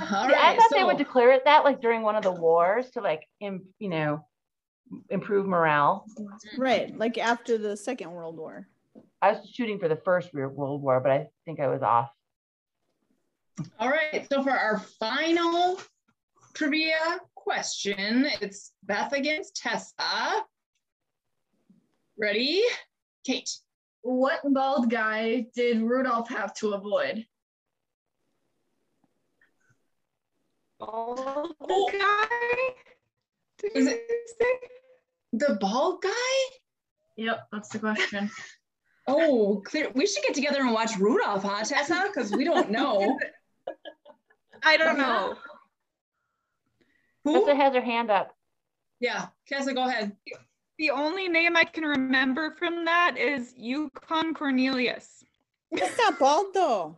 Speaker 11: All
Speaker 7: See, I
Speaker 11: right,
Speaker 7: thought they
Speaker 11: so-
Speaker 7: would declare it that like during one of the wars to like im- you know improve morale.
Speaker 4: Right, like after the Second World War.
Speaker 7: I was shooting for the first Re- World War, but I think I was off.
Speaker 11: All right, so for our final trivia question, it's Beth against Tessa. Ready? Kate.
Speaker 5: What bald guy did Rudolph have to avoid?
Speaker 9: Oh,
Speaker 11: Bald guy? Is it the bald guy?
Speaker 5: Yep, that's
Speaker 11: <laughs>
Speaker 5: the question.
Speaker 11: Oh, clear. We should get together and watch Rudolph, huh, Tessa? Because we don't know.
Speaker 9: I don't know.
Speaker 11: Who?
Speaker 7: Krista has her hand up.
Speaker 11: Yeah, Tessa, go ahead.
Speaker 9: The only name I can remember from that is Yukon Cornelius.
Speaker 4: It's not bald though.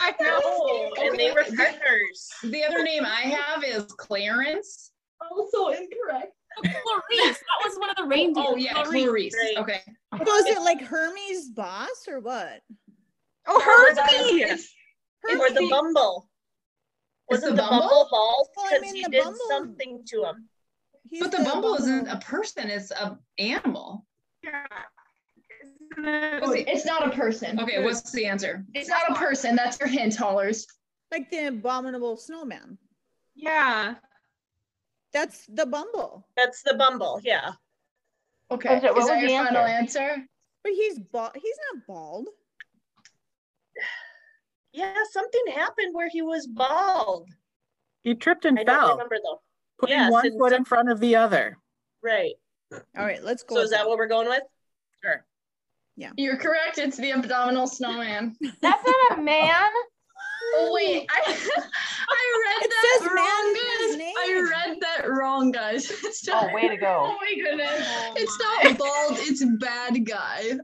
Speaker 9: I
Speaker 3: No, and they were partners.
Speaker 11: The other name I have is Clarence.
Speaker 5: also incorrect.
Speaker 10: Oh, Clarice. that was one of the reindeer.
Speaker 11: Oh, yeah,
Speaker 10: Clarice.
Speaker 11: Clarice.
Speaker 3: Right.
Speaker 11: Okay.
Speaker 4: So Oh, is it like Hermes' boss or what?
Speaker 9: Oh, Herbie.
Speaker 3: Or the Bumble.
Speaker 11: It's
Speaker 3: Wasn't
Speaker 11: the
Speaker 3: the
Speaker 11: Bumble?
Speaker 3: Bumble bald?
Speaker 4: Well, Oh, I
Speaker 3: Because
Speaker 4: mean,
Speaker 3: he
Speaker 4: the
Speaker 3: did
Speaker 4: Bumble-
Speaker 3: something to him.
Speaker 4: He's
Speaker 11: But the bumble isn't a person, it's an animal.
Speaker 9: Isn't it-
Speaker 5: It's not a person.
Speaker 11: Okay, what's the answer?
Speaker 5: It's not a person. That's your hint, hollers.
Speaker 4: like the abominable snowman.
Speaker 9: Yeah.
Speaker 4: That's the Bumble.
Speaker 3: That's the Bumble, yeah.
Speaker 5: Okay.
Speaker 7: Is it- what
Speaker 5: Is that
Speaker 7: was
Speaker 5: your
Speaker 7: the
Speaker 5: final
Speaker 7: answer?
Speaker 5: answer?
Speaker 4: But he's bald. He's not bald.
Speaker 3: Yeah, something happened where he was bald.
Speaker 8: He tripped and
Speaker 3: I don't
Speaker 8: fell,
Speaker 3: remember though.
Speaker 8: putting
Speaker 3: Yes,
Speaker 8: one
Speaker 3: and
Speaker 8: foot in
Speaker 3: some-
Speaker 8: front of the other.
Speaker 3: Right.
Speaker 4: All right, let's go.
Speaker 3: So
Speaker 4: with
Speaker 3: is that what we're
Speaker 4: <laughs>
Speaker 3: going with?
Speaker 5: You're correct. It's the abdominal snowman.
Speaker 7: That's not a man.
Speaker 5: Oh wait, I, <laughs> I read
Speaker 4: It
Speaker 5: that
Speaker 4: says man in
Speaker 5: wrong,
Speaker 4: his
Speaker 5: guys. I read that wrong, guys. <laughs> It's
Speaker 7: Oh,
Speaker 5: not,
Speaker 7: way to
Speaker 5: oh
Speaker 7: go.
Speaker 5: my goodness. It's not bald. It's bad guy.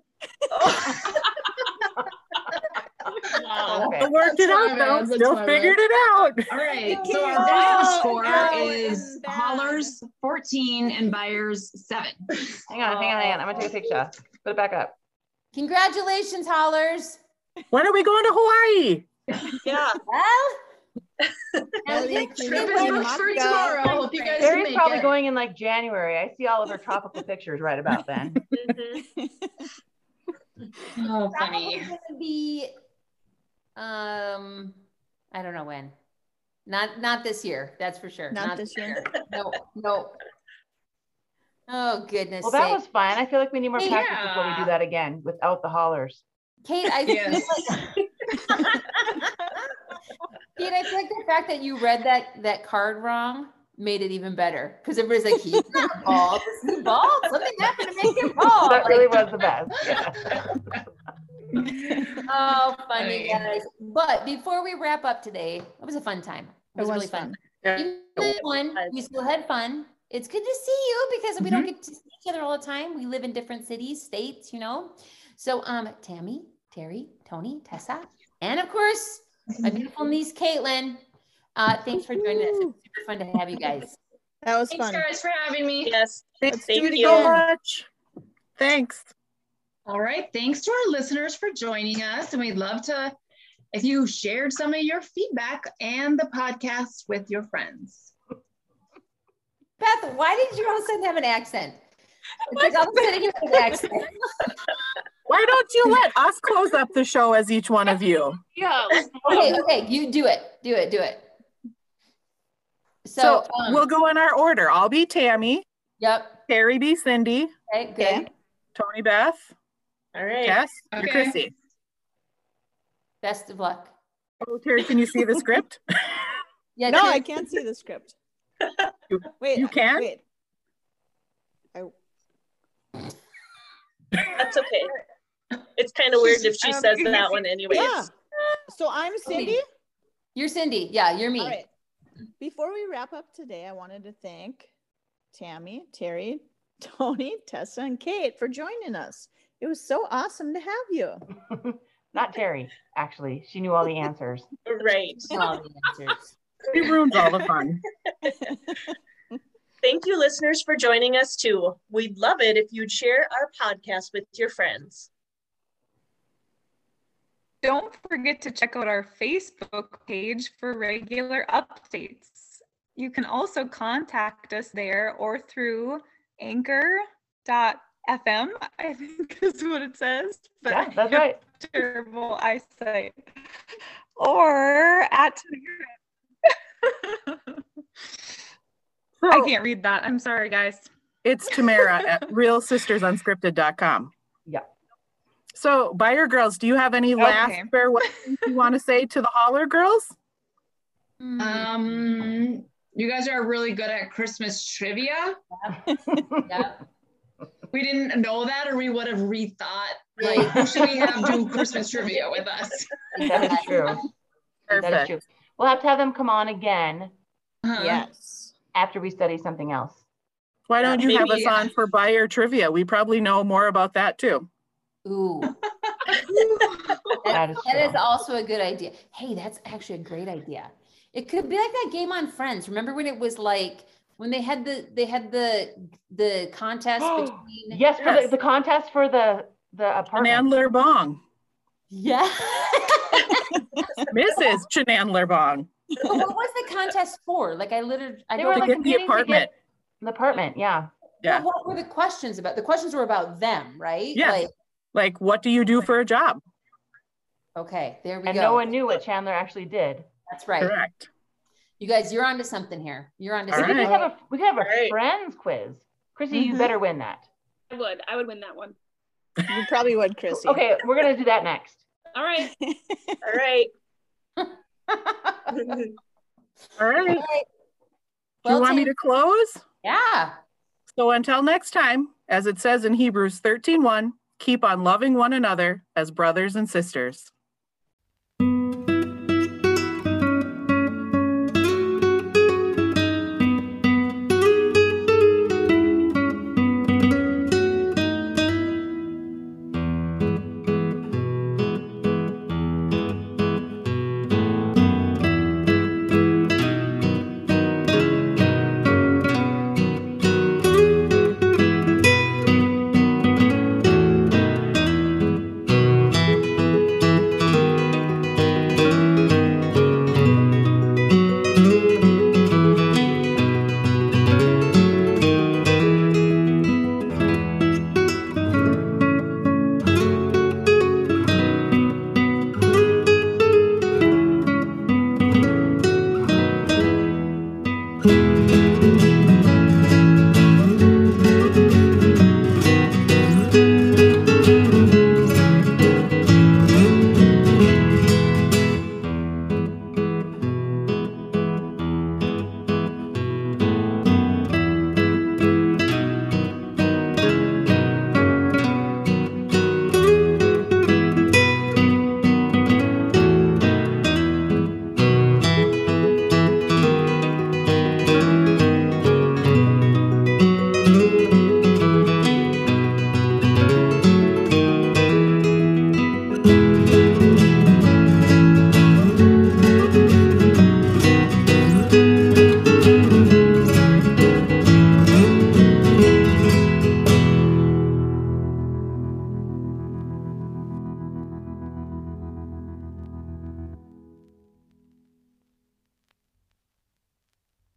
Speaker 3: Oh.
Speaker 11: Wow.
Speaker 7: Okay.
Speaker 8: I worked
Speaker 5: That's
Speaker 8: it
Speaker 5: my
Speaker 8: out
Speaker 5: bad,
Speaker 8: though.
Speaker 5: that's
Speaker 8: Still
Speaker 5: my bad.
Speaker 8: figured it out. <laughs>
Speaker 11: All right,
Speaker 4: Thank
Speaker 11: so
Speaker 4: you.
Speaker 11: our final
Speaker 4: Oh,
Speaker 11: score
Speaker 4: no,
Speaker 11: is
Speaker 4: and that-
Speaker 11: Haulers 14 and buyers 7.
Speaker 7: Hang on, hang on, hang on. I'm going to take a picture. Put it back up.
Speaker 2: Congratulations, Hollers.
Speaker 8: When are we going to Hawaii?
Speaker 3: Yeah.
Speaker 2: Well,
Speaker 5: Trip is booked for tomorrow. Hope you guys can
Speaker 7: Barry's
Speaker 5: make
Speaker 7: probably
Speaker 5: it.
Speaker 7: going in like January. I see all of her tropical pictures right about then.
Speaker 11: Oh,
Speaker 2: probably gonna be um I don't know when. Not not this year, that's for sure.
Speaker 12: Not this year.
Speaker 2: no, no. Oh goodness.
Speaker 7: Well, that
Speaker 2: sake.
Speaker 7: was fun. I feel like we need more
Speaker 2: Yeah.
Speaker 7: practice before we do that again without the hollers.
Speaker 2: Kate, I
Speaker 7: Yes.
Speaker 2: feel like
Speaker 7: <laughs>
Speaker 2: Kate, I feel like the fact that you read that that card wrong made it even better because everybody's like, he's not bald. Is he bald? Something happened to make him bald.
Speaker 7: That really
Speaker 2: Oh, Like,
Speaker 7: was the best. Yeah.
Speaker 2: Oh, funny
Speaker 7: Funny.
Speaker 2: guys. But before we wrap up today, it was a fun time. It was, really fun. Even though you won, you still had fun. Mm-hmm. It's good to see you because we don't get to see each other all the time. We live in different cities, states, you know. So um Tammy, Terry, Tony, Tessa, and of course, my beautiful niece Caitlin. Uh, thanks for joining us. It was super fun to have you guys.
Speaker 4: That was
Speaker 5: Thanks,
Speaker 2: fun.
Speaker 5: guys, for having me.
Speaker 3: Yes.
Speaker 8: Thanks
Speaker 3: Thank
Speaker 8: you
Speaker 3: you.
Speaker 8: so much. Thanks.
Speaker 11: All right. Thanks to our listeners for joining us. And we'd love to, if you shared some of your feedback and the podcast with your friends.
Speaker 2: Beth, why did you all of a sudden have an accent? It's like all of a sudden you have an accent.
Speaker 8: Why don't you let us close up the show as each one of you?
Speaker 5: <laughs>
Speaker 10: Yeah.
Speaker 2: Okay, okay, you do it. Do it, do it.
Speaker 8: So,
Speaker 2: So, um,
Speaker 8: we'll go in our order. I'll be Tammy.
Speaker 2: Yep.
Speaker 8: Terry be Cindy.
Speaker 2: Okay, good.
Speaker 8: Tony Beth.
Speaker 3: All right.
Speaker 8: Yes. You're Chrissy.
Speaker 2: Best of luck.
Speaker 8: Oh, Terry, can you see the script?
Speaker 2: Yeah,
Speaker 4: no,
Speaker 2: Terry-
Speaker 4: I can't see the script. <laughs> Wait,
Speaker 8: you can?
Speaker 4: Wait.
Speaker 3: That's okay. It's kind of weird if she
Speaker 4: um,
Speaker 3: says that one anyways.
Speaker 4: Yeah. So I'm Cindy.
Speaker 2: You're Cindy. Yeah, you're me.
Speaker 4: All right. Before we wrap up today, I wanted to thank Tammy, Terry, Tony, Tessa, and Kate for joining us. It was so awesome to have you.
Speaker 7: Not Terry, actually. She knew all the answers.
Speaker 3: Right.
Speaker 4: <laughs>
Speaker 2: All the answers.
Speaker 8: She ruins all the fun.
Speaker 3: Thank you, listeners, for joining us too. We'd love it if you'd share our podcast with your friends.
Speaker 9: Don't forget to check out our Facebook page for regular updates. You can also contact us there or through anchor.fm, I think <laughs> is what it says. But
Speaker 7: Yeah,
Speaker 9: <laughs>
Speaker 7: that's
Speaker 9: I have
Speaker 7: right.
Speaker 9: Terrible eyesight. Or
Speaker 7: <laughs>
Speaker 9: at I can't read that. I'm sorry, guys.
Speaker 8: It's Tamara
Speaker 7: <laughs>
Speaker 8: at realsistersunscripted.com.
Speaker 7: Yeah.
Speaker 8: So, buyer girls, do you have any last
Speaker 9: Okay.
Speaker 8: fair words you want to say to the holler girls?
Speaker 2: hmm.
Speaker 11: Um, you guys are really good at Christmas trivia.
Speaker 2: Yeah.
Speaker 11: We didn't know that, or we would have rethought like who should we have do Christmas trivia with
Speaker 2: <laughs>
Speaker 11: us.
Speaker 7: That is true. That is
Speaker 8: Perfect.
Speaker 7: true. We'll have to have them come on again
Speaker 11: Uh-huh.
Speaker 4: Yes.
Speaker 7: after we study something else.
Speaker 8: Why don't you have us
Speaker 11: Maybe-
Speaker 8: on for buyer trivia? We probably know more about that too.
Speaker 2: Ooh.
Speaker 7: That is
Speaker 2: That is
Speaker 7: true.
Speaker 2: also a good idea. Hey, that's actually a great idea. It could be like that game on Friends. Remember when it was like when they had the they had the the
Speaker 7: <gasps>
Speaker 2: contest between
Speaker 7: Yes, for the, the contest for the the apartment.
Speaker 8: Chenandler
Speaker 7: <laughs>
Speaker 8: Bong.
Speaker 2: yeah. <laughs>
Speaker 8: Mrs. Chenandler Bong.
Speaker 2: but what was the contest for? Like I literally I
Speaker 7: They
Speaker 2: don't
Speaker 7: were
Speaker 8: To
Speaker 7: like
Speaker 8: get the
Speaker 7: competing to
Speaker 8: apartment.
Speaker 7: get the apartment, yeah.
Speaker 8: Yeah.
Speaker 2: But what were the questions about? The questions were about them, right?
Speaker 8: Yeah.
Speaker 2: Like
Speaker 8: Like, what do you do for a job?
Speaker 2: okay, there we
Speaker 7: And
Speaker 2: go.
Speaker 7: no one knew what Chandler actually did.
Speaker 2: That's right.
Speaker 8: Correct.
Speaker 2: You guys, you're onto something here. You're onto
Speaker 8: All
Speaker 7: We
Speaker 2: something.
Speaker 7: could just have a we could have a
Speaker 3: Right.
Speaker 7: friends quiz. Chrissy, you
Speaker 4: Mhm.
Speaker 7: better win that.
Speaker 10: I would. I would win that one.
Speaker 4: You probably would, Chrissy.
Speaker 7: Okay, we're gonna do that next.
Speaker 10: All right.
Speaker 3: All right.
Speaker 8: All right. Do
Speaker 2: Well,
Speaker 8: you want me
Speaker 2: Tam-
Speaker 8: to close?
Speaker 2: <laughs> yeah.
Speaker 8: So until next time, as it says in Hebrews 13:1, keep on loving one another as brothers and sisters.